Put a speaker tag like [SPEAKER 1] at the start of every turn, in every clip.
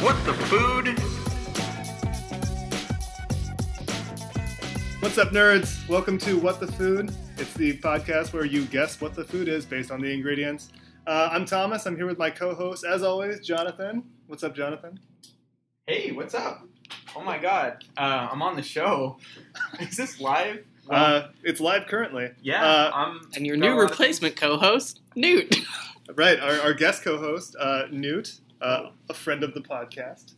[SPEAKER 1] What the food?
[SPEAKER 2] What's up, nerds? Welcome to What the Food. It's the podcast where you guess what the food is based on the ingredients. Uh, I'm Thomas. I'm here with my co-host, as always, Jonathan. What's up, Jonathan?
[SPEAKER 3] Hey, what's up? Oh my god, uh, I'm on the show. Is this live?
[SPEAKER 2] Uh, it's live currently.
[SPEAKER 3] yeah,
[SPEAKER 2] uh,
[SPEAKER 3] I'm.
[SPEAKER 4] And your
[SPEAKER 3] got a
[SPEAKER 4] new
[SPEAKER 3] lot of-
[SPEAKER 4] replacement co-host, Newt.
[SPEAKER 2] Right, our, our guest co-host, uh, Newt, uh, a friend of the podcast.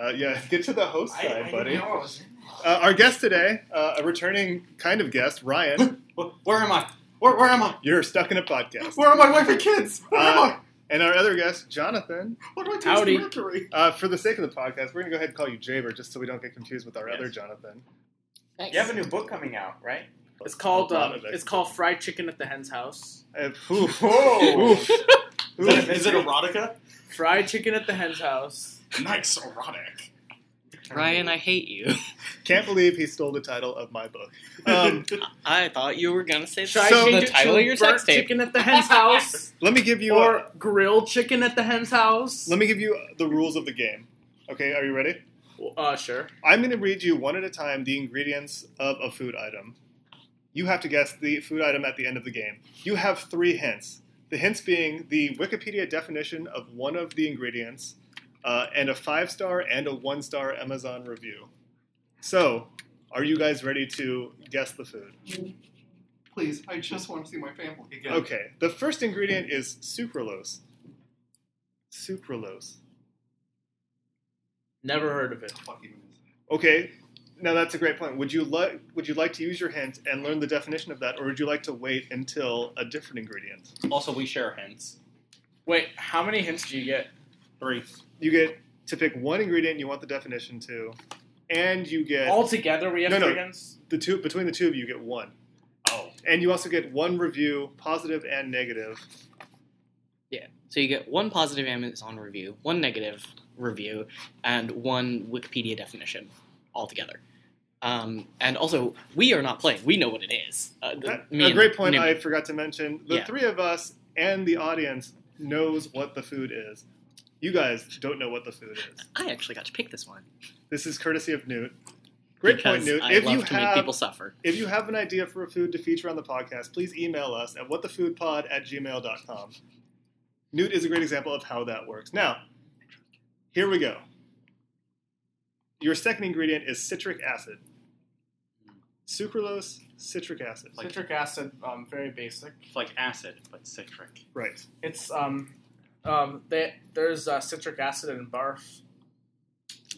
[SPEAKER 2] Uh, yeah, get to the host
[SPEAKER 3] I, I
[SPEAKER 2] side,
[SPEAKER 3] didn't
[SPEAKER 2] buddy.
[SPEAKER 3] know I was in.
[SPEAKER 2] Uh, our guest today, uh, a returning kind of guest, Ryan.
[SPEAKER 3] Wh- Where am I? Where, where am I?
[SPEAKER 2] You're stuck in a podcast.
[SPEAKER 3] Where are my wife and kids? Where am
[SPEAKER 2] Uh,
[SPEAKER 3] I?
[SPEAKER 2] and our other guest, Jonathan.
[SPEAKER 3] What do I taste
[SPEAKER 4] howdy.
[SPEAKER 3] mercury?
[SPEAKER 2] Uh, for the sake of the podcast, we're going to go ahead and call you Jaber just so we don't get confused with our
[SPEAKER 3] Yes.
[SPEAKER 2] other Jonathan.
[SPEAKER 4] Thanks.
[SPEAKER 3] You have a new book coming out, right?
[SPEAKER 5] It's called
[SPEAKER 2] A lot
[SPEAKER 5] uh,
[SPEAKER 2] of
[SPEAKER 5] it's
[SPEAKER 2] extra-
[SPEAKER 5] called fried chicken at the hen's house.
[SPEAKER 2] Uh, oof.
[SPEAKER 3] Whoa! Is,
[SPEAKER 2] Oof.
[SPEAKER 3] that,
[SPEAKER 2] Oof.
[SPEAKER 3] is it erotica?
[SPEAKER 5] Fried chicken at the hen's house.
[SPEAKER 3] Nice erotic.
[SPEAKER 4] Ryan, I hate you.
[SPEAKER 2] Can't believe he stole the title of my book. Um,
[SPEAKER 4] I thought you were gonna say
[SPEAKER 5] Should I
[SPEAKER 2] So-
[SPEAKER 5] change
[SPEAKER 4] the
[SPEAKER 5] it
[SPEAKER 4] title
[SPEAKER 5] to
[SPEAKER 4] of your
[SPEAKER 5] burnt
[SPEAKER 4] sex tape.
[SPEAKER 5] chicken at the hen's house
[SPEAKER 2] let me give you
[SPEAKER 5] or
[SPEAKER 2] uh,
[SPEAKER 5] grilled chicken at the hen's house?
[SPEAKER 2] let me give you the rules of the game. Okay, are you ready?
[SPEAKER 5] uh, sure.
[SPEAKER 2] I'm going to read you one at a time the ingredients of a food item. You have to guess the food item at the end of the game. You have three hints. The hints being the Wikipedia definition of one of the ingredients, uh, and a five star and a one star Amazon review. So, are you guys ready to guess the food?
[SPEAKER 6] Please, I just want to see my family again.
[SPEAKER 2] Okay, the first ingredient is sucralose. Sucralose.
[SPEAKER 5] Never heard of it.
[SPEAKER 6] Fuck you, man.
[SPEAKER 2] Okay, now that's a great point. Would you like would you like to use your hint and learn the definition of that, or would you like to wait until a different ingredient?
[SPEAKER 7] Also, we share hints.
[SPEAKER 5] Wait, how many hints do you get?
[SPEAKER 7] Three.
[SPEAKER 2] You get to pick one ingredient you want the definition to, and you get
[SPEAKER 5] Altogether, we have
[SPEAKER 2] No, no.
[SPEAKER 5] three hints.
[SPEAKER 2] the two between the two of you get one.
[SPEAKER 7] Oh.
[SPEAKER 2] And you also get one review, positive and negative.
[SPEAKER 4] So you get one positive Amazon review, one negative review, and one Wikipedia definition altogether. Um, and also, we are not playing. We know what it is. Uh, the-
[SPEAKER 2] That-
[SPEAKER 4] me
[SPEAKER 2] a
[SPEAKER 4] and
[SPEAKER 2] great point
[SPEAKER 4] Newt.
[SPEAKER 2] I forgot to mention. The
[SPEAKER 4] Yeah.
[SPEAKER 2] three of us and the audience knows what the food is. You guys don't know what the food is.
[SPEAKER 4] I actually got to pick this one.
[SPEAKER 2] This is courtesy of Newt. Great
[SPEAKER 4] because
[SPEAKER 2] point, Newt.
[SPEAKER 4] I
[SPEAKER 2] if
[SPEAKER 4] love
[SPEAKER 2] you
[SPEAKER 4] to
[SPEAKER 2] have
[SPEAKER 4] make people suffer.
[SPEAKER 2] if you have an idea for a food to feature on the podcast, please email us at whatthefoodpod at gmail.com. Newt is a great example of how that works. Now, here we go. Your second ingredient is citric acid. Sucralose, citric acid.
[SPEAKER 7] Like-
[SPEAKER 5] Citric acid, um, very basic.
[SPEAKER 7] It's like acid, but citric.
[SPEAKER 2] Right.
[SPEAKER 5] It's um, um, they, there's uh, citric acid in barf.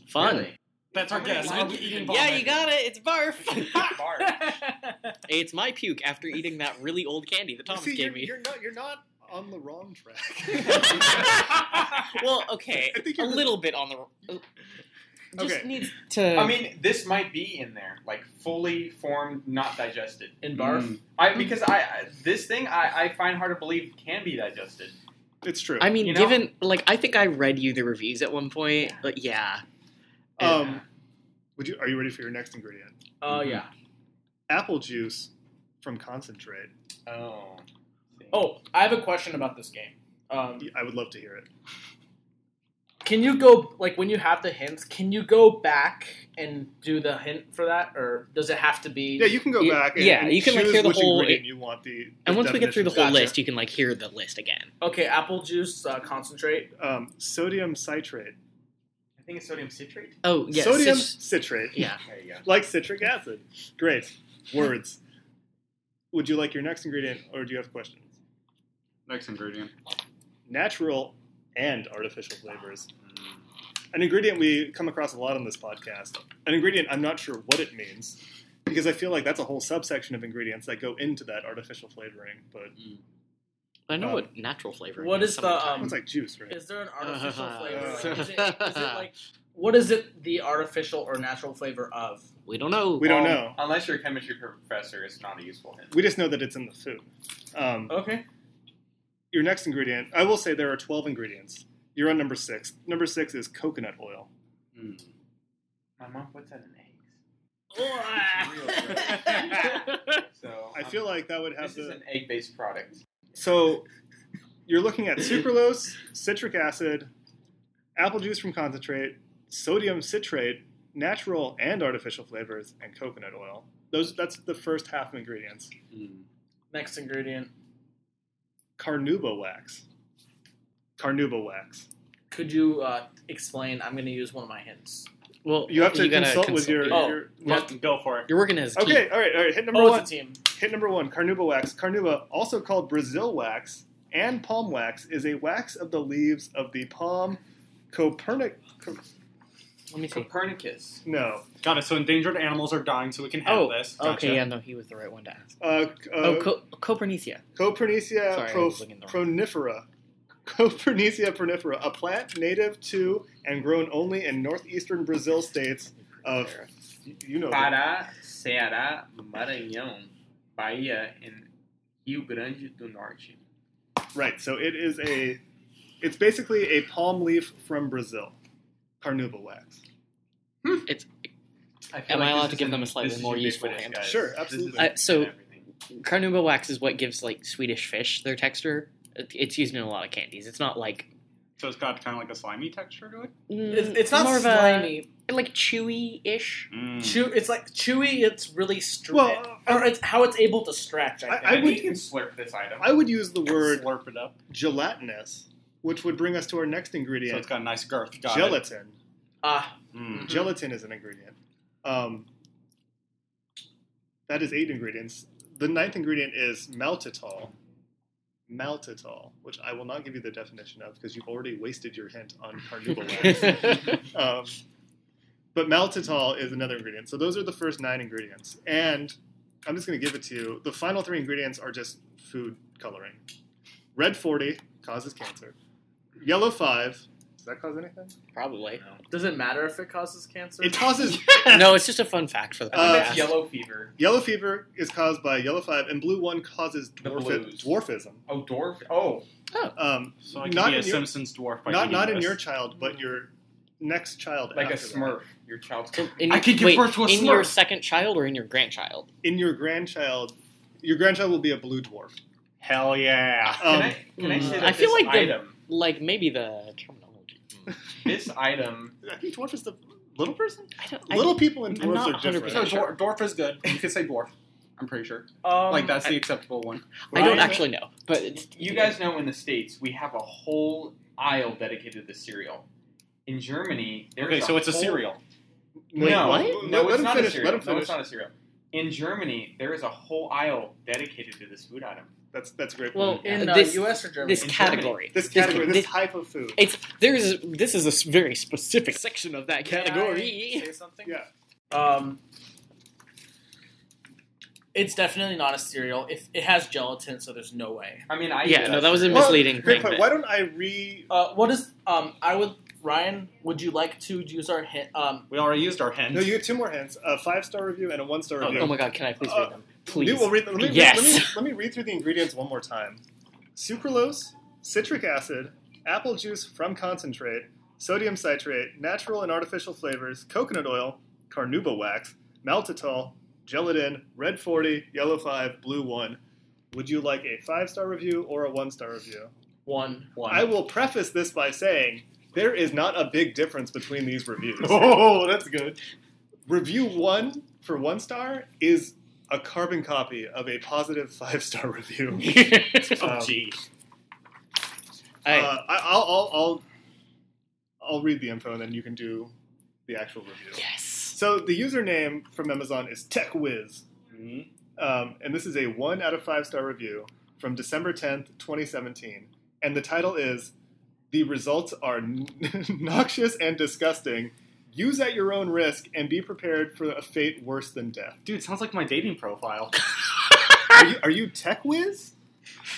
[SPEAKER 4] Fun.
[SPEAKER 7] That's our guess.
[SPEAKER 3] Why
[SPEAKER 7] I'm
[SPEAKER 3] would you
[SPEAKER 7] eating
[SPEAKER 3] even
[SPEAKER 4] Yeah,
[SPEAKER 7] vomit.
[SPEAKER 4] you got it. It's barf.
[SPEAKER 7] Barf.
[SPEAKER 4] it's my puke after eating that really old candy that Thomas
[SPEAKER 2] See,
[SPEAKER 4] gave
[SPEAKER 2] you're,
[SPEAKER 4] me.
[SPEAKER 2] you're not, you're not on the wrong track.
[SPEAKER 4] Well, okay,
[SPEAKER 2] I think
[SPEAKER 4] Eh, a
[SPEAKER 2] you're-
[SPEAKER 4] little bit on the. uh, Just
[SPEAKER 2] Okay.
[SPEAKER 4] needs to.
[SPEAKER 3] I mean, this might be in there, like fully formed, not digested.
[SPEAKER 5] in barf.
[SPEAKER 7] Mm.
[SPEAKER 3] I because I I- this thing I, I find hard to believe can be digested.
[SPEAKER 2] It's true.
[SPEAKER 4] I mean,
[SPEAKER 3] you know?
[SPEAKER 4] given like I think I read you the reviews at one point. Like, yeah,
[SPEAKER 2] um, would you, are you ready for your next ingredient?
[SPEAKER 5] Oh
[SPEAKER 2] Mm-hmm.
[SPEAKER 5] yeah.
[SPEAKER 2] Apple juice from concentrate.
[SPEAKER 3] Oh.
[SPEAKER 5] Oh, I have a question about this game. Um,
[SPEAKER 2] I would love to hear it.
[SPEAKER 5] can you go like when you have the hints? Can you go back and do the hint for that, or does it have to be?
[SPEAKER 2] Yeah, you can go
[SPEAKER 4] You-
[SPEAKER 2] back. And,
[SPEAKER 4] yeah,
[SPEAKER 2] and
[SPEAKER 4] you can, like,
[SPEAKER 2] choose
[SPEAKER 4] hear the
[SPEAKER 2] which
[SPEAKER 4] whole-
[SPEAKER 2] ingredient you want the. the
[SPEAKER 4] and once we get through the
[SPEAKER 2] definition
[SPEAKER 4] whole
[SPEAKER 2] to-
[SPEAKER 5] Gotcha.
[SPEAKER 4] list, you can like hear the list again.
[SPEAKER 5] okay, apple juice uh, concentrate.
[SPEAKER 2] um, sodium citrate,
[SPEAKER 3] I think it's sodium citrate.
[SPEAKER 4] Oh yes,
[SPEAKER 2] sodium
[SPEAKER 4] it's-
[SPEAKER 2] citrate,
[SPEAKER 4] yeah.
[SPEAKER 3] There you go.
[SPEAKER 2] like citric acid. Great words. Would you like your next ingredient, or do you have questions?
[SPEAKER 7] Next ingredient.
[SPEAKER 2] Natural and artificial flavors. An ingredient we come across a lot on this podcast. An ingredient I'm not sure what it means because I feel like that's a whole subsection of ingredients that go into that artificial flavoring. But
[SPEAKER 4] I know
[SPEAKER 2] Um,
[SPEAKER 4] what natural flavor.
[SPEAKER 5] what
[SPEAKER 4] is
[SPEAKER 5] is the,
[SPEAKER 4] sometimes.
[SPEAKER 5] um,
[SPEAKER 2] it's like juice, right?
[SPEAKER 5] Is there an artificial
[SPEAKER 4] Uh,
[SPEAKER 5] flavor? Like,
[SPEAKER 2] uh,
[SPEAKER 5] is, it, is it like what is it the artificial or natural flavor of?
[SPEAKER 4] we don't know.
[SPEAKER 2] We don't know.
[SPEAKER 3] Unless you're a chemistry professor, it's not a useful hint.
[SPEAKER 2] We just know that it's in the food. Um,
[SPEAKER 5] Okay,
[SPEAKER 2] your next ingredient, I will say there are 12 ingredients. You're on number six. Number six is coconut oil.
[SPEAKER 7] Mm.
[SPEAKER 3] My mom puts that in eggs. So
[SPEAKER 2] I
[SPEAKER 3] um,
[SPEAKER 2] feel like that would have
[SPEAKER 3] this is
[SPEAKER 2] the.
[SPEAKER 3] an egg-based product.
[SPEAKER 2] So you're looking at sucralose, citric acid, apple juice from concentrate, sodium citrate, natural and artificial flavors, and coconut oil. Those that's the first half of ingredients.
[SPEAKER 7] Mm.
[SPEAKER 5] Next ingredient.
[SPEAKER 2] Carnuba wax. Carnuba wax.
[SPEAKER 5] Could you uh, explain? I'm going to use one of my hints.
[SPEAKER 4] Well,
[SPEAKER 2] You have to
[SPEAKER 4] gotta
[SPEAKER 2] consult, with your.
[SPEAKER 5] Oh,
[SPEAKER 2] your
[SPEAKER 4] you have
[SPEAKER 7] Go for it.
[SPEAKER 4] You're working as a team.
[SPEAKER 2] okay, all right, all right. Hit number
[SPEAKER 5] oh,
[SPEAKER 2] one.
[SPEAKER 5] it's a team.
[SPEAKER 2] Hit number one, carnuba wax. Carnuba, also called Brazil wax and palm wax, is a wax of the leaves of the palm Copernic. Co-
[SPEAKER 4] Let me see.
[SPEAKER 3] Copernicus.
[SPEAKER 2] no.
[SPEAKER 7] Got it. So endangered animals are dying, so we can have
[SPEAKER 4] Oh,
[SPEAKER 7] this.
[SPEAKER 4] Okay,
[SPEAKER 7] Gotcha.
[SPEAKER 4] yeah, no, he was the right one to ask.
[SPEAKER 2] Uh, uh,
[SPEAKER 4] oh, Co- Copernicia.
[SPEAKER 2] Copernicia
[SPEAKER 4] Sorry, I
[SPEAKER 2] pro-
[SPEAKER 4] was looking the wrong-
[SPEAKER 2] pronifera. Copernicia pronifera, a plant native to and grown only in northeastern Brazil states of. You, you know.
[SPEAKER 3] Pará, Ceará, Maranhão, Bahia, and Rio Grande do Norte.
[SPEAKER 2] Right, so it is a. It's basically a palm leaf from Brazil. Carnuba wax.
[SPEAKER 4] Am I
[SPEAKER 3] this
[SPEAKER 4] allowed
[SPEAKER 3] is
[SPEAKER 4] to give
[SPEAKER 3] an-
[SPEAKER 4] them a slightly
[SPEAKER 3] this is
[SPEAKER 4] more useful
[SPEAKER 3] ubiquitous,
[SPEAKER 4] hint?
[SPEAKER 3] guys.
[SPEAKER 2] Sure,
[SPEAKER 3] This is
[SPEAKER 2] absolutely.
[SPEAKER 4] Uh, so-
[SPEAKER 3] everything.
[SPEAKER 4] Carnuba wax is what gives like Swedish fish their texture. It- It's used in a lot of candies. It's not like
[SPEAKER 7] So it's got kind of like a slimy texture to it.
[SPEAKER 4] mm,
[SPEAKER 5] It's, it's not
[SPEAKER 4] more of
[SPEAKER 5] slimy.
[SPEAKER 4] a like chewy ish.
[SPEAKER 7] Mm.
[SPEAKER 5] Chew, it's like chewy. It's really stretch.
[SPEAKER 2] Well,
[SPEAKER 5] or it's how it's able to stretch. I,
[SPEAKER 2] I-
[SPEAKER 5] think.
[SPEAKER 2] I
[SPEAKER 3] I
[SPEAKER 2] would-
[SPEAKER 3] think you can slurp this item.
[SPEAKER 2] I would use the word
[SPEAKER 7] Slurp it up.
[SPEAKER 2] gelatinous, which would bring us to our next
[SPEAKER 7] So
[SPEAKER 2] ingredient,
[SPEAKER 7] it's got a nice girth. Got it.
[SPEAKER 2] gelatin.
[SPEAKER 5] Ah,
[SPEAKER 7] Mm.
[SPEAKER 2] Gelatin is an ingredient. Um, that is eight ingredients. The ninth ingredient is maltitol. Maltitol, which I will not give you the definition of because you've already wasted your hint on carnuba wax. um, but maltitol is another ingredient. So those are the first nine ingredients. And I'm just going to give it to you. The final three ingredients are just food coloring. Red 40 causes cancer. Yellow 5. Does that cause anything?
[SPEAKER 4] Probably.
[SPEAKER 5] does it matter if it causes cancer?
[SPEAKER 2] It causes
[SPEAKER 4] No, it's just a fun fact for that.
[SPEAKER 2] Uh,
[SPEAKER 3] That's yellow fever.
[SPEAKER 2] Yellow fever is caused by yellow five, and blue one causes
[SPEAKER 3] The
[SPEAKER 2] dwarfi-
[SPEAKER 3] blues.
[SPEAKER 2] dwarfism.
[SPEAKER 3] Oh, dwarf. Oh,
[SPEAKER 2] Um,
[SPEAKER 7] So I can
[SPEAKER 2] Not
[SPEAKER 7] be a
[SPEAKER 2] in your-
[SPEAKER 7] Simpsons dwarf. By
[SPEAKER 2] not
[SPEAKER 7] eating
[SPEAKER 2] not in
[SPEAKER 7] this.
[SPEAKER 2] your child, but your next child.
[SPEAKER 3] like a
[SPEAKER 2] after that.
[SPEAKER 3] Smurf. Your child's.
[SPEAKER 4] So in
[SPEAKER 7] I
[SPEAKER 4] your-
[SPEAKER 7] could give
[SPEAKER 4] wait,
[SPEAKER 7] birth to a
[SPEAKER 4] in your
[SPEAKER 7] Smurf.
[SPEAKER 4] second child or in your grandchild.
[SPEAKER 2] In your grandchild, your grandchild will be a blue dwarf.
[SPEAKER 7] Hell yeah.
[SPEAKER 2] Um,
[SPEAKER 3] can I, can I
[SPEAKER 4] mm,
[SPEAKER 3] say that
[SPEAKER 4] I feel
[SPEAKER 3] this
[SPEAKER 4] like the-
[SPEAKER 3] item,
[SPEAKER 4] Like maybe the terminology.
[SPEAKER 3] this item.
[SPEAKER 2] I think dwarf is the little person.
[SPEAKER 4] I don't. I-
[SPEAKER 2] Little people and
[SPEAKER 4] I'm
[SPEAKER 2] dwarves
[SPEAKER 4] not
[SPEAKER 2] are different.
[SPEAKER 4] 100% sure.
[SPEAKER 7] dwar- dwarf is good. You could say dwarf. I'm pretty sure.
[SPEAKER 5] um,
[SPEAKER 7] like that's the acceptable one.
[SPEAKER 4] I don't
[SPEAKER 3] Ryan-
[SPEAKER 4] actually know, but it's,
[SPEAKER 3] You guys know in the states we have a whole aisle dedicated to cereal. In Germany, there's
[SPEAKER 7] Okay, so it's a
[SPEAKER 3] whole-
[SPEAKER 7] cereal.
[SPEAKER 2] Wait,
[SPEAKER 3] no,
[SPEAKER 2] what?
[SPEAKER 3] no,
[SPEAKER 2] Let
[SPEAKER 3] it's
[SPEAKER 2] him
[SPEAKER 3] not
[SPEAKER 2] finish,
[SPEAKER 3] a cereal.
[SPEAKER 2] let him
[SPEAKER 3] No,
[SPEAKER 2] finish.
[SPEAKER 3] it's not a cereal. In Germany, there is a whole aisle dedicated to this food item.
[SPEAKER 2] That's that's a great.
[SPEAKER 4] Well,
[SPEAKER 2] point.
[SPEAKER 5] in uh,
[SPEAKER 4] This-
[SPEAKER 5] U.S. or Germany.
[SPEAKER 4] this
[SPEAKER 3] in Germany.
[SPEAKER 4] category.
[SPEAKER 2] this category, this,
[SPEAKER 4] this-
[SPEAKER 2] type of food.
[SPEAKER 4] It's there's this is a s- very specific section of that category.
[SPEAKER 5] Can I say something?
[SPEAKER 2] Yeah.
[SPEAKER 5] Um, it's definitely not a cereal. If it has gelatin, so there's no way.
[SPEAKER 3] I mean, I
[SPEAKER 4] Yeah,
[SPEAKER 3] eat
[SPEAKER 4] no, that was a
[SPEAKER 2] Well,
[SPEAKER 4] misleading
[SPEAKER 2] Great
[SPEAKER 4] thing.
[SPEAKER 2] point.
[SPEAKER 4] but-
[SPEAKER 2] Why don't I re?
[SPEAKER 5] Uh, what is um? I would Ryan. Would you like to use our hint? Um,
[SPEAKER 7] We already used our hint.
[SPEAKER 2] No, you get two more hints: a five star review and a one star
[SPEAKER 7] Oh,
[SPEAKER 2] review.
[SPEAKER 4] Oh my god, can I please
[SPEAKER 2] Uh,
[SPEAKER 4] read them? Please.
[SPEAKER 2] We will read, let, me, read-
[SPEAKER 4] Yes.
[SPEAKER 2] let, me, let me read through the ingredients one more time. Sucralose, citric acid, apple juice from concentrate, sodium citrate, natural and artificial flavors, coconut oil, carnuba wax, maltitol, gelatin, red 40, yellow 5, blue 1. Would you like a five star review or a one star review?
[SPEAKER 5] one.
[SPEAKER 7] One.
[SPEAKER 2] I will preface this by saying there is not a big difference between these reviews.
[SPEAKER 7] oh, that's good.
[SPEAKER 2] Review one for one star is a carbon copy of a positive five star review.
[SPEAKER 7] Oh,
[SPEAKER 2] Um,
[SPEAKER 7] gee.
[SPEAKER 4] Alright,
[SPEAKER 2] Uh, I, I'll, I'll, I'll, I'll read the info and then you can do the actual review.
[SPEAKER 4] yes.
[SPEAKER 2] So the username from Amazon is TechWiz,
[SPEAKER 7] Mm.
[SPEAKER 2] um, and this is a one out of five star review from December 10th, 2017. And the title is The Results Are N- Noxious and Disgusting. Use at your own risk and be prepared for a fate worse than death.
[SPEAKER 7] Dude, sounds like my dating profile.
[SPEAKER 2] Are you, are you TechWiz?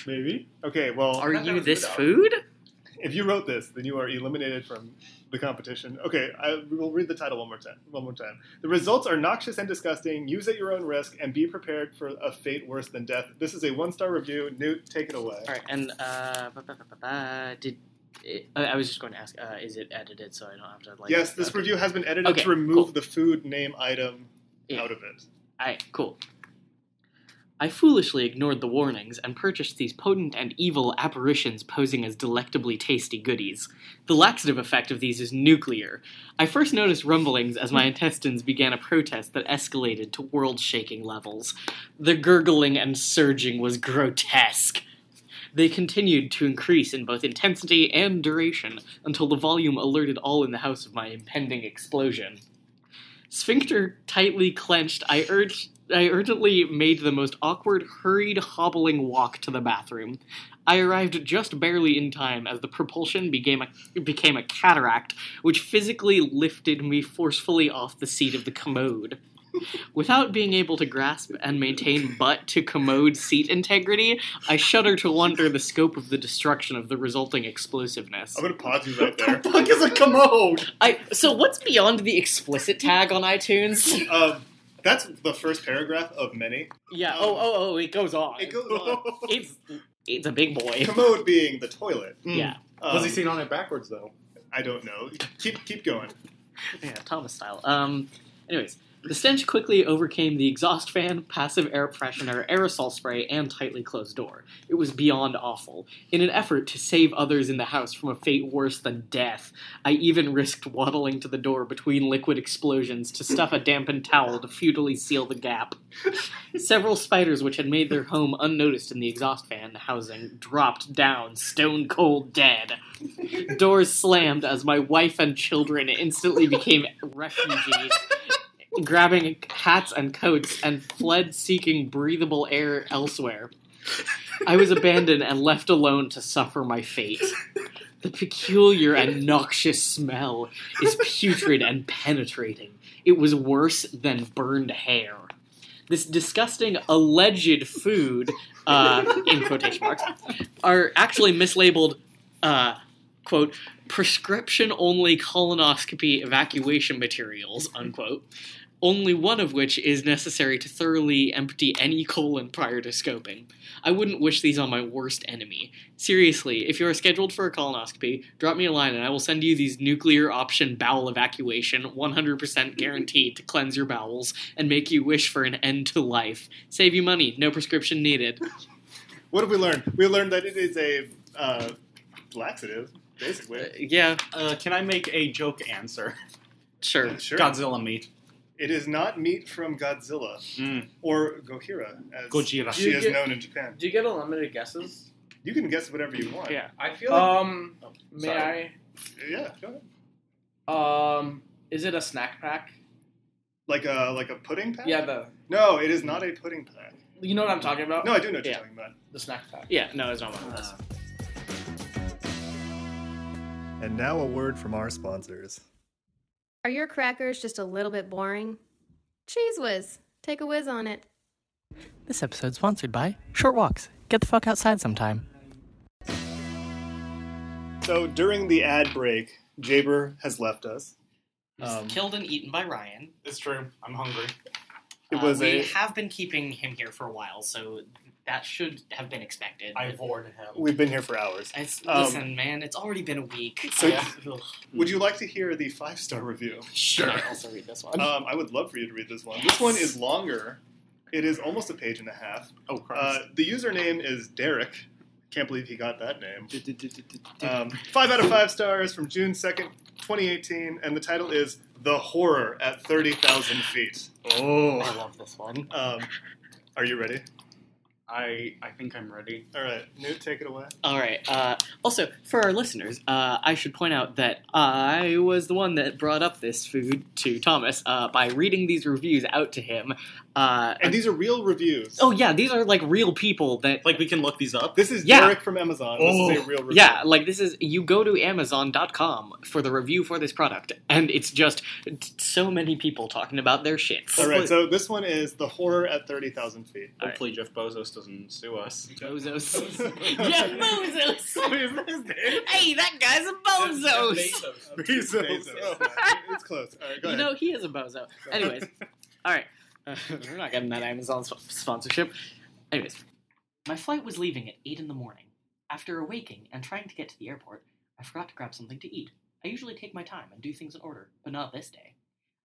[SPEAKER 2] Maybe. Okay, well.
[SPEAKER 4] Are
[SPEAKER 3] that
[SPEAKER 4] you
[SPEAKER 3] was
[SPEAKER 4] this
[SPEAKER 3] good.
[SPEAKER 4] food?
[SPEAKER 2] If you wrote this, then you are eliminated from the competition. Okay, I will read the title one more time. One more time. The results are noxious and disgusting. Use at your own risk and be prepared for a fate worse than death. This is a one-star review. Newt, take it away.
[SPEAKER 4] All right, and uh, ba- ba- ba- ba- ba, did it, I I was just going to ask, uh, is it edited so I don't have to like? uh,
[SPEAKER 2] yes, this
[SPEAKER 4] okay.
[SPEAKER 2] review has been edited
[SPEAKER 4] Okay,
[SPEAKER 2] to remove
[SPEAKER 4] cool.
[SPEAKER 2] the food name item
[SPEAKER 4] Yeah.
[SPEAKER 2] out of it.
[SPEAKER 4] All right, cool. I foolishly ignored the warnings and purchased these potent and evil apparitions posing as delectably tasty goodies. The laxative effect of these is nuclear. I first noticed rumblings as my intestines began a protest that escalated to world shaking levels. The gurgling and surging was grotesque. They continued to increase in both intensity and duration until the volume alerted all in the house of my impending explosion. Sphincter tightly clenched, I urged. I urgently made the most awkward, hurried, hobbling walk to the bathroom. I arrived just barely in time as the propulsion became a, became a cataract, which physically lifted me forcefully off the seat of the commode. Without being able to grasp and maintain butt to commode seat integrity, I shudder to wonder the scope of the destruction of the resulting explosiveness.
[SPEAKER 2] I'm gonna pause you right there.
[SPEAKER 7] What the fuck is a commode?
[SPEAKER 4] I so what's beyond the explicit tag on iTunes?
[SPEAKER 2] Um, that's the first paragraph of many.
[SPEAKER 4] yeah. Oh oh oh! It goes on.
[SPEAKER 2] It goes on. Mm.
[SPEAKER 4] It's it's a big boy.
[SPEAKER 2] Commode being the toilet.
[SPEAKER 4] Yeah.
[SPEAKER 2] Um,
[SPEAKER 7] Was he seen on it backwards though?
[SPEAKER 2] I don't know. Keep keep going.
[SPEAKER 4] Yeah, Thomas style. Um. Anyways, the stench quickly overcame the exhaust fan, passive air freshener, aerosol spray, and tightly closed door. It was beyond awful. In an effort to save others in the house from a fate worse than death, I even risked waddling to the door between liquid explosions to stuff a dampened towel to futilely seal the gap. Several spiders, which had made their home unnoticed in the exhaust fan housing, dropped down, stone cold dead. Doors slammed as my wife and children instantly became refugees, grabbing hats and coats and fled seeking breathable air elsewhere. I was abandoned and left alone to suffer my fate. The peculiar and noxious smell is putrid and penetrating. It was worse than burned hair. This disgusting alleged food, uh, in quotation marks, are actually mislabeled, uh, quote, prescription only colonoscopy evacuation materials, unquote, only one of which is necessary to thoroughly empty any colon prior to scoping. I wouldn't wish these on my worst enemy. Seriously, if you're scheduled for a colonoscopy, drop me a line and I will send you these nuclear option bowel evacuation, 100% guaranteed to cleanse your bowels and make you wish for an end to life. Save you money, no prescription needed.
[SPEAKER 2] What have we learned? We learned that it is a uh, laxative, basically.
[SPEAKER 4] yeah,
[SPEAKER 7] Uh, can I make a joke answer?
[SPEAKER 4] sure.
[SPEAKER 2] Sure.
[SPEAKER 7] Godzilla meat.
[SPEAKER 2] It is not meat from Godzilla
[SPEAKER 4] Hmm.
[SPEAKER 7] Mm.
[SPEAKER 2] or Gohira, as
[SPEAKER 7] Gojira.
[SPEAKER 2] she is
[SPEAKER 5] You get-
[SPEAKER 2] known in Japan.
[SPEAKER 5] Do you get unlimited guesses?
[SPEAKER 2] You can guess whatever you want.
[SPEAKER 4] Yeah.
[SPEAKER 3] I feel like
[SPEAKER 5] Um, may
[SPEAKER 3] sorry.
[SPEAKER 2] Yeah, Go ahead.
[SPEAKER 5] I? Um, is it a snack pack?
[SPEAKER 2] Like a like a pudding pack.
[SPEAKER 5] Yeah, the
[SPEAKER 2] No, it is not a pudding pack.
[SPEAKER 5] you know what I'm talking about.
[SPEAKER 2] No, I do know what you're
[SPEAKER 4] Yeah.
[SPEAKER 2] talking about.
[SPEAKER 5] the snack pack.
[SPEAKER 4] Yeah, no, it's not one of those.
[SPEAKER 2] And now a word from our sponsors.
[SPEAKER 1] Are your crackers just a little bit boring? Cheese Whiz. Take a whiz on it.
[SPEAKER 4] This episode's sponsored by Short Walks. Get the fuck outside sometime.
[SPEAKER 2] So during the ad break, Jaber has left us. Um,
[SPEAKER 4] killed and eaten by Ryan.
[SPEAKER 7] It's true. I'm hungry.
[SPEAKER 2] It
[SPEAKER 4] Uh,
[SPEAKER 2] was
[SPEAKER 4] we
[SPEAKER 2] a
[SPEAKER 4] have been keeping him here for a while, so that should have been expected.
[SPEAKER 7] bored him.
[SPEAKER 2] we've been here for hours.
[SPEAKER 4] It's-
[SPEAKER 2] um,
[SPEAKER 4] listen, man, it's already been a week.
[SPEAKER 2] So-
[SPEAKER 4] Ugh.
[SPEAKER 2] Would you like to hear the five star review?
[SPEAKER 4] Should I also read this one?
[SPEAKER 2] Um, I would love for you to read this one. This one is longer. It is almost a page and a half.
[SPEAKER 7] Oh,
[SPEAKER 2] Uh,
[SPEAKER 7] Christ.
[SPEAKER 2] the username is Derek. Can't believe he got that name.
[SPEAKER 7] Uh,
[SPEAKER 2] Um, five out of five stars from June 2nd, 2018, and the title is The Horror at 30,000 Feet.
[SPEAKER 4] I
[SPEAKER 7] oh,
[SPEAKER 4] love this one.
[SPEAKER 2] Um, are you ready?
[SPEAKER 7] I I think I'm ready.
[SPEAKER 2] All right, Newt, take it away.
[SPEAKER 4] All right. Uh, also, for our listeners, uh, I should point out that I was the one that brought up this food to Thomas uh, by reading these reviews out to him. Uh,
[SPEAKER 2] And these are real reviews.
[SPEAKER 4] oh yeah, these are like real people that
[SPEAKER 7] Like we can look these up.
[SPEAKER 2] This is
[SPEAKER 4] Yeah.
[SPEAKER 2] Derek from Amazon. This is
[SPEAKER 7] Oh.
[SPEAKER 2] a real review.
[SPEAKER 4] Yeah, like this is you go to Amazon.com for the review for this product, and it's just t- so many people talking about their shit.
[SPEAKER 2] All right, so this one is The Horror at 30,000 Feet.
[SPEAKER 7] Hopefully, Jeff Bezos doesn't sue us.
[SPEAKER 4] bozos. yeah, bozos. hey, that guy's a bozos.
[SPEAKER 2] Bezos. Oh, it's close. All right, go
[SPEAKER 4] You
[SPEAKER 2] ahead.
[SPEAKER 4] know he is a bozo. Anyways, all right, Uh, we're not getting that Amazon sp- sponsorship. Anyways, my flight was leaving at eight in the morning. After awaking and trying to get to the airport, I forgot to grab something to eat. I usually take my time and do things in order, but not this day.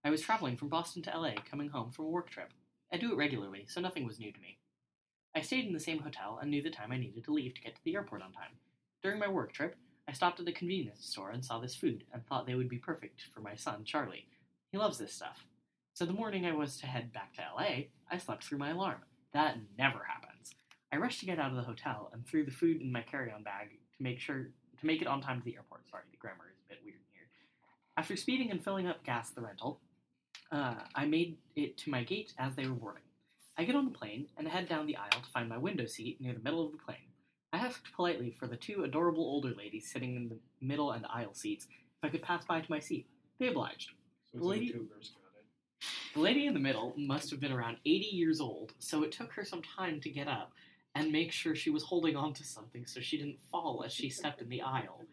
[SPEAKER 4] I was traveling from Boston to LA, coming home from a work trip. I do it regularly, so nothing was new to me. I stayed in the same hotel and knew the time I needed to leave to get to the airport on time. During my work trip, I stopped at a convenience store and saw this food and thought they would be perfect for my son, Charlie. He loves this stuff. So the morning I was to head back to LA, I slept through my alarm. That never happens. I rushed to get out of the hotel and threw the food in my carry-on bag to make sure to make it on time to the airport. Sorry, the grammar is a bit weird here. After speeding and filling up gas at the rental, uh, I made it to my gate as they were boarding. I get on the plane and head down the aisle to find my window seat near the middle of the plane. I asked politely for the two adorable older ladies sitting in the middle and aisle seats if I could pass by to my seat. They obliged.
[SPEAKER 7] So it's like
[SPEAKER 4] Lady-
[SPEAKER 7] cougars got it.
[SPEAKER 4] The lady in the middle must have been around 80 years old, so it took her some time to get up and make sure she was holding on to something so she didn't fall as she stepped in the aisle.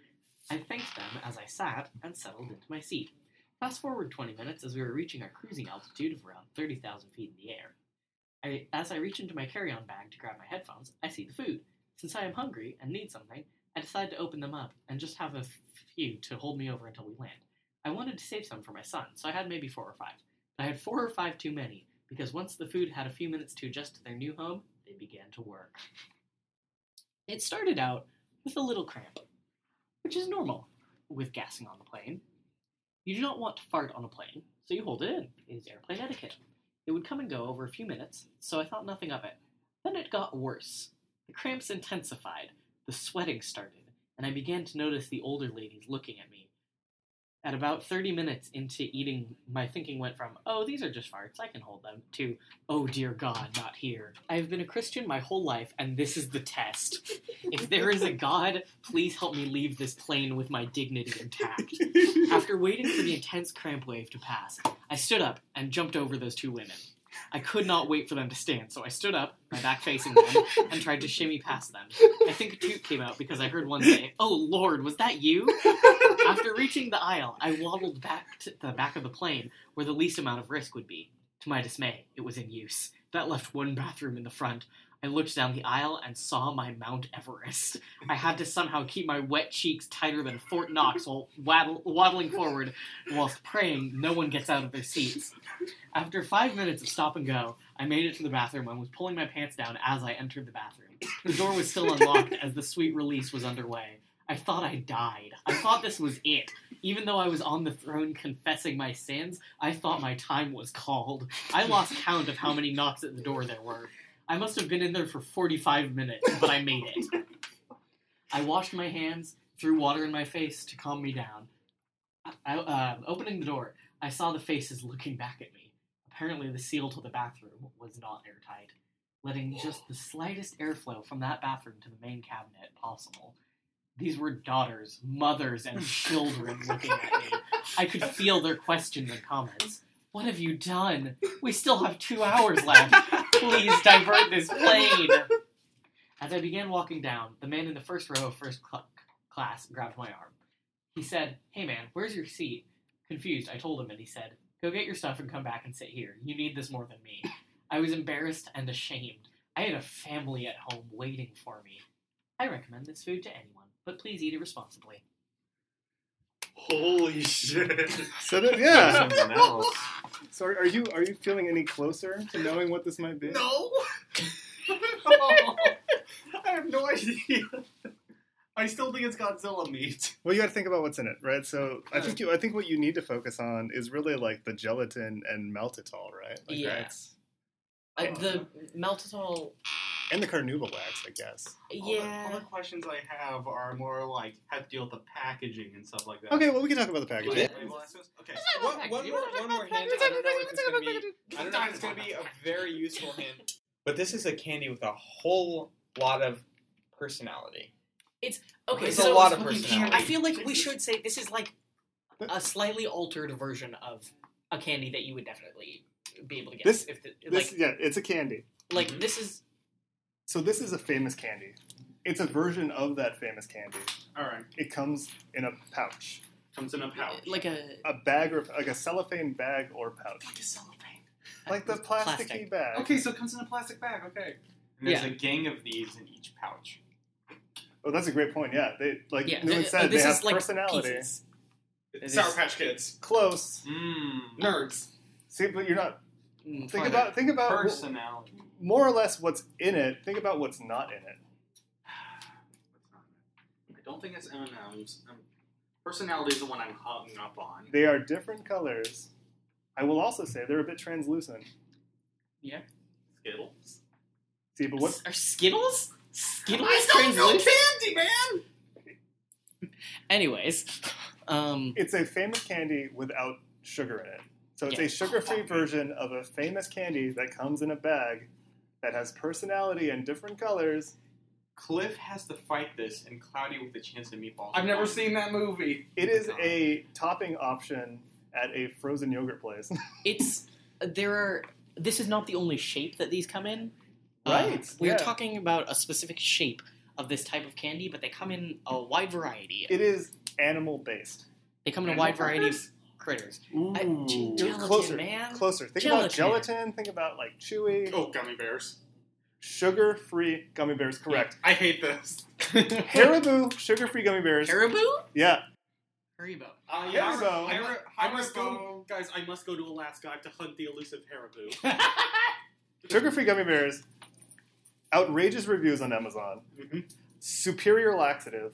[SPEAKER 4] I thanked them as I sat and settled into my seat. Fast forward 20 minutes as we were reaching our cruising altitude of around 30,000 feet in the air. I, as I reach into my carry on bag to grab my headphones, I see the food. Since I am hungry and need something, I decide to open them up and just have a f- few to hold me over until we land. I wanted to save some for my son, so I had maybe four or five. I had four or five too many because once the food had a few minutes to adjust to their new home, they began to work. It started out with a little cramp, which is normal with gassing on the plane. You do not want to fart on a plane, so you hold it in. It is airplane etiquette. It would come and go over a few minutes, so I thought nothing of it. Then it got worse. The cramps intensified, the sweating started, and I began to notice the older ladies looking at me at about 30 minutes into eating, my thinking went from, oh, these are just farts, I can hold them, to, oh dear God, not here. I have been a Christian my whole life, and this is the test. if there is a God, please help me leave this plane with my dignity intact. After waiting for the intense cramp wave to pass, I stood up and jumped over those two women. I could not wait for them to stand, so I stood up, my back facing them, and tried to shimmy past them. I think a toot came out because I heard one say, Oh Lord, was that you? After reaching the aisle, I waddled back to the back of the plane where the least amount of risk would be. To my dismay, it was in use. That left one bathroom in the front. I looked down the aisle and saw my Mount Everest. I had to somehow keep my wet cheeks tighter than Fort Knox while waddle, waddling forward whilst praying no one gets out of their seats. After five minutes of stop and go, I made it to the bathroom and was pulling my pants down as I entered the bathroom. The door was still unlocked as the sweet release was underway. I thought I died. I thought this was it. Even though I was on the throne confessing my sins, I thought my time was called. I lost count of how many knocks at the door there were. I must have been in there for 45 minutes, but I made it. I washed my hands, threw water in my face to calm me down. I, uh, opening the door, I saw the faces looking back at me. Apparently, the seal to the bathroom was not airtight, letting just the slightest airflow from that bathroom to the main cabinet possible. These were daughters, mothers, and children looking at me. I could feel their questions and comments. What have you done? We still have two hours left. Please divert this plane. As I began walking down, the man in the first row of first cl- class grabbed my arm. He said, Hey man, where's your seat? Confused, I told him, and he said, Go get your stuff and come back and sit here. You need this more than me. I was embarrassed and ashamed. I had a family at home waiting for me. I recommend this food to anyone, but please eat it responsibly.
[SPEAKER 7] Holy shit!
[SPEAKER 2] So that, yeah.
[SPEAKER 7] Something else.
[SPEAKER 2] So are are you are you feeling any closer to knowing what this might be?
[SPEAKER 6] No! I have no idea. I still think it's Godzilla meat.
[SPEAKER 2] Well, you got to think about what's in it, right? So I think you, I think what you need to focus on is really like the gelatin and maltitol, right? Like
[SPEAKER 4] Yeah.
[SPEAKER 2] that's-
[SPEAKER 4] Uh,
[SPEAKER 2] um,
[SPEAKER 4] the maltitol,
[SPEAKER 2] and the carnauba wax, I guess.
[SPEAKER 6] All the, all the questions I have are more like
[SPEAKER 7] Have to deal with the packaging and stuff like that.
[SPEAKER 2] Okay, well we can talk about the packaging.
[SPEAKER 7] Okay.
[SPEAKER 6] Okay.
[SPEAKER 7] One, one more, one more hint. I don't know if it's gonna be. I don't know if it's gonna be a very useful hint. But this is a candy with a whole lot of personality.
[SPEAKER 4] Okay,
[SPEAKER 7] It's a
[SPEAKER 4] so
[SPEAKER 7] lot of
[SPEAKER 4] I
[SPEAKER 7] personality.
[SPEAKER 4] feel like we should say this is like a slightly altered version of a candy that you would definitely be able to get.
[SPEAKER 2] This-
[SPEAKER 4] if the,
[SPEAKER 2] This,
[SPEAKER 4] like,
[SPEAKER 2] yeah, it's a candy.
[SPEAKER 4] like
[SPEAKER 7] Mhm.
[SPEAKER 4] this is
[SPEAKER 2] So this is a famous candy. It's a version of that famous candy.
[SPEAKER 7] All right,
[SPEAKER 2] It comes in a pouch,
[SPEAKER 7] comes in a pouch.
[SPEAKER 4] like a
[SPEAKER 2] a bag or like a cellophane bag or pouch,
[SPEAKER 4] like a cellophane.
[SPEAKER 2] like the plasticky
[SPEAKER 4] Plastic.
[SPEAKER 2] bag.
[SPEAKER 6] Okay, so it comes in a plastic bag. Okay.
[SPEAKER 7] And there's
[SPEAKER 4] Yeah.
[SPEAKER 7] a gang of these in each pouch.
[SPEAKER 2] Oh, that's a great point. Yeah, they like
[SPEAKER 4] Yeah,
[SPEAKER 2] no one
[SPEAKER 4] th-
[SPEAKER 2] said
[SPEAKER 4] this
[SPEAKER 2] they
[SPEAKER 4] is
[SPEAKER 2] have
[SPEAKER 4] like
[SPEAKER 2] personality.
[SPEAKER 4] pieces.
[SPEAKER 7] It
[SPEAKER 6] Sour
[SPEAKER 7] is-
[SPEAKER 6] Patch Kids.
[SPEAKER 2] Close.
[SPEAKER 7] Mm,
[SPEAKER 6] Nerds.
[SPEAKER 2] See, but you're not.
[SPEAKER 4] Mm,
[SPEAKER 2] Think
[SPEAKER 4] fine.
[SPEAKER 2] about. Think about.
[SPEAKER 7] personality.
[SPEAKER 2] more or less what's in it, think about what's not in it.
[SPEAKER 8] I don't think it's M&M's. Um, personality is the one I'm hung up on.
[SPEAKER 2] They are different colors. I will also say they're a bit translucent.
[SPEAKER 8] Skittles.
[SPEAKER 2] See, but what?
[SPEAKER 4] Are Skittles? Skittles
[SPEAKER 8] I don't know
[SPEAKER 4] translucent?
[SPEAKER 8] candy, man!
[SPEAKER 4] Anyways, um,
[SPEAKER 2] It's a famous candy without sugar in it. So it's
[SPEAKER 4] Yeah. Oh,
[SPEAKER 2] a sugar-free version of a famous candy that comes in a bag that has personality and different colors.
[SPEAKER 7] Cliff has to fight this in Cloudy with a Chance of Meatballs.
[SPEAKER 3] I've never seen that movie.
[SPEAKER 2] It is a topping option at a frozen yogurt place.
[SPEAKER 4] it's there are. This is not the only shape that these come in. Uh,
[SPEAKER 2] Right,
[SPEAKER 4] we're
[SPEAKER 2] yeah.
[SPEAKER 4] talking about a specific shape of this type of candy, but they come in a wide variety.
[SPEAKER 2] it is animal-based.
[SPEAKER 4] they come in a
[SPEAKER 2] Animal
[SPEAKER 4] wide variety of critters. I- gee,
[SPEAKER 2] Dude,
[SPEAKER 4] gelatin,
[SPEAKER 2] closer,
[SPEAKER 4] man.
[SPEAKER 2] closer. Think about
[SPEAKER 4] Um, Gelatin.
[SPEAKER 2] gelatin. Think about like chewy,
[SPEAKER 8] Oh, gummy bears.
[SPEAKER 2] sugar-free gummy bears. Correct.
[SPEAKER 8] I hate this.
[SPEAKER 2] Haribo sugar-free gummy bears.
[SPEAKER 4] Caribou?
[SPEAKER 2] yeah,
[SPEAKER 4] Haribo.
[SPEAKER 8] Uh,
[SPEAKER 2] Yeah,
[SPEAKER 8] yeah,
[SPEAKER 2] so-
[SPEAKER 8] I,
[SPEAKER 7] Haribo.
[SPEAKER 8] I must go, guys. I must go to Alaska. I have to hunt the elusive Haribo.
[SPEAKER 2] sugar-free gummy bears. Outrageous reviews on Amazon.
[SPEAKER 8] Mhm.
[SPEAKER 2] Superior laxative.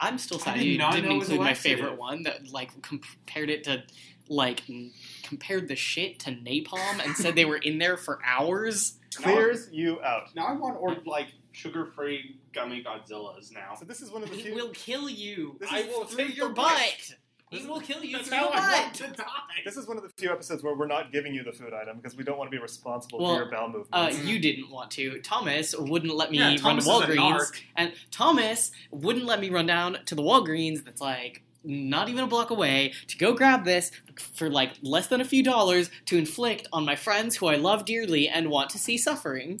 [SPEAKER 4] I'm still
[SPEAKER 7] I
[SPEAKER 4] sad
[SPEAKER 7] did
[SPEAKER 4] you
[SPEAKER 7] not
[SPEAKER 4] didn't
[SPEAKER 7] know it was
[SPEAKER 4] include my
[SPEAKER 7] laxative.
[SPEAKER 4] favorite one that like compared it to like n- compared the shit to napalm and said they were in there for hours.
[SPEAKER 2] Clears you out.
[SPEAKER 8] now I want or like sugar-free gummy Godzillas. Now
[SPEAKER 2] So this is one of the
[SPEAKER 4] He
[SPEAKER 2] few.
[SPEAKER 4] will kill you.
[SPEAKER 2] This is-
[SPEAKER 4] I will
[SPEAKER 2] this
[SPEAKER 4] through
[SPEAKER 2] is
[SPEAKER 4] your
[SPEAKER 2] the
[SPEAKER 4] butt. He will kill you
[SPEAKER 8] that's
[SPEAKER 4] through
[SPEAKER 8] how
[SPEAKER 4] your
[SPEAKER 8] I want
[SPEAKER 4] butt.
[SPEAKER 8] to die.
[SPEAKER 2] This is one of the few episodes where we're not giving you the food item because we don't want to be responsible
[SPEAKER 4] Well,
[SPEAKER 2] for your bowel movements.
[SPEAKER 4] Uh, you didn't want to. Thomas wouldn't let me
[SPEAKER 8] yeah,
[SPEAKER 4] run
[SPEAKER 8] Thomas
[SPEAKER 4] to
[SPEAKER 8] is a
[SPEAKER 4] Walgreens,
[SPEAKER 8] narc.
[SPEAKER 4] and Thomas wouldn't let me run down to the Walgreens. That's like not even a block away to go grab this for like less than a few dollars to inflict on my friends who I love dearly and want to see suffering.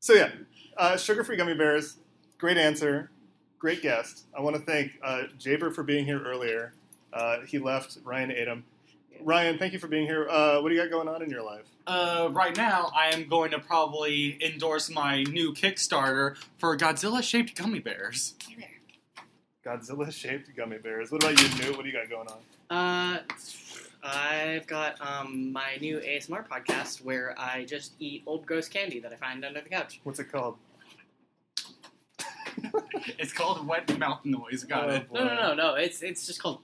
[SPEAKER 2] So yeah, uh, sugar-free gummy bears. Great answer. Great guest. I want to thank uh, Jaber for being here earlier. Uh, he left. Ryan ate him. Ryan, thank you for being here. Uh, what do you got going on in your life?
[SPEAKER 8] Uh, right now, I am going to probably endorse my new Kickstarter for Godzilla-shaped gummy bears.
[SPEAKER 2] Godzilla-shaped gummy bears. What about you, Newt? What do you got going on?
[SPEAKER 4] Uh, I've got um, my new ASMR podcast where I just eat old gross candy that I find under the couch.
[SPEAKER 2] What's it called?
[SPEAKER 8] It's called Wet Mouth Noise. Got
[SPEAKER 2] Oh,
[SPEAKER 8] it.
[SPEAKER 4] No, no, no, no. It's it's just called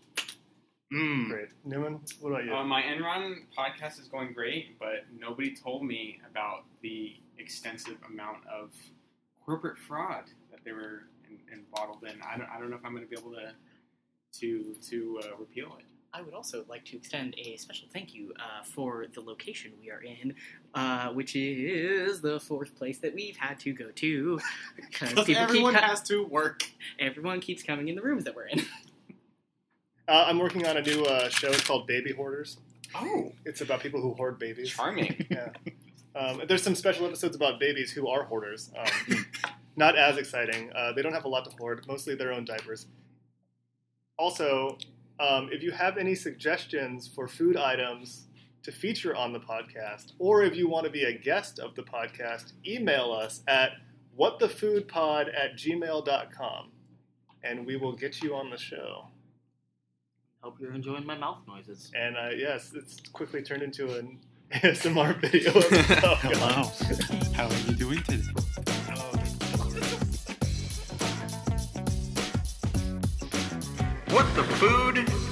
[SPEAKER 2] boy. Great. Newman, what about you?
[SPEAKER 3] Um,
[SPEAKER 7] Uh, my Enron podcast is going great, but nobody told me about the extensive amount of corporate fraud that they were in, in bottled in. I don't, I don't know if I'm going to be able to to to uh, repeal it.
[SPEAKER 4] I would also like to extend a special thank you uh, for the location we are in, uh, which is the fourth place that we've had to go to because
[SPEAKER 8] Because everyone has to work.
[SPEAKER 4] everyone keeps coming in the rooms that we're in.
[SPEAKER 2] Uh, I'm working on a new uh, show called Baby Hoarders.
[SPEAKER 7] Oh,
[SPEAKER 2] It's about people who hoard babies.
[SPEAKER 7] charming!
[SPEAKER 2] Um, there's some special episodes about babies who are hoarders. Um, not as exciting. Uh, they don't have a lot to hoard, mostly their own diapers. Also, um, if you have any suggestions for food items to feature on the podcast, or if you want to be a guest of the podcast, email us at whatthefoodpod at gmail.com and we will get you on the show.
[SPEAKER 4] Hope you're enjoying my mouth noises.
[SPEAKER 2] And uh, yes, it's quickly turned into an ASMR video. Oh, God.
[SPEAKER 7] How are you doing today?
[SPEAKER 6] What the food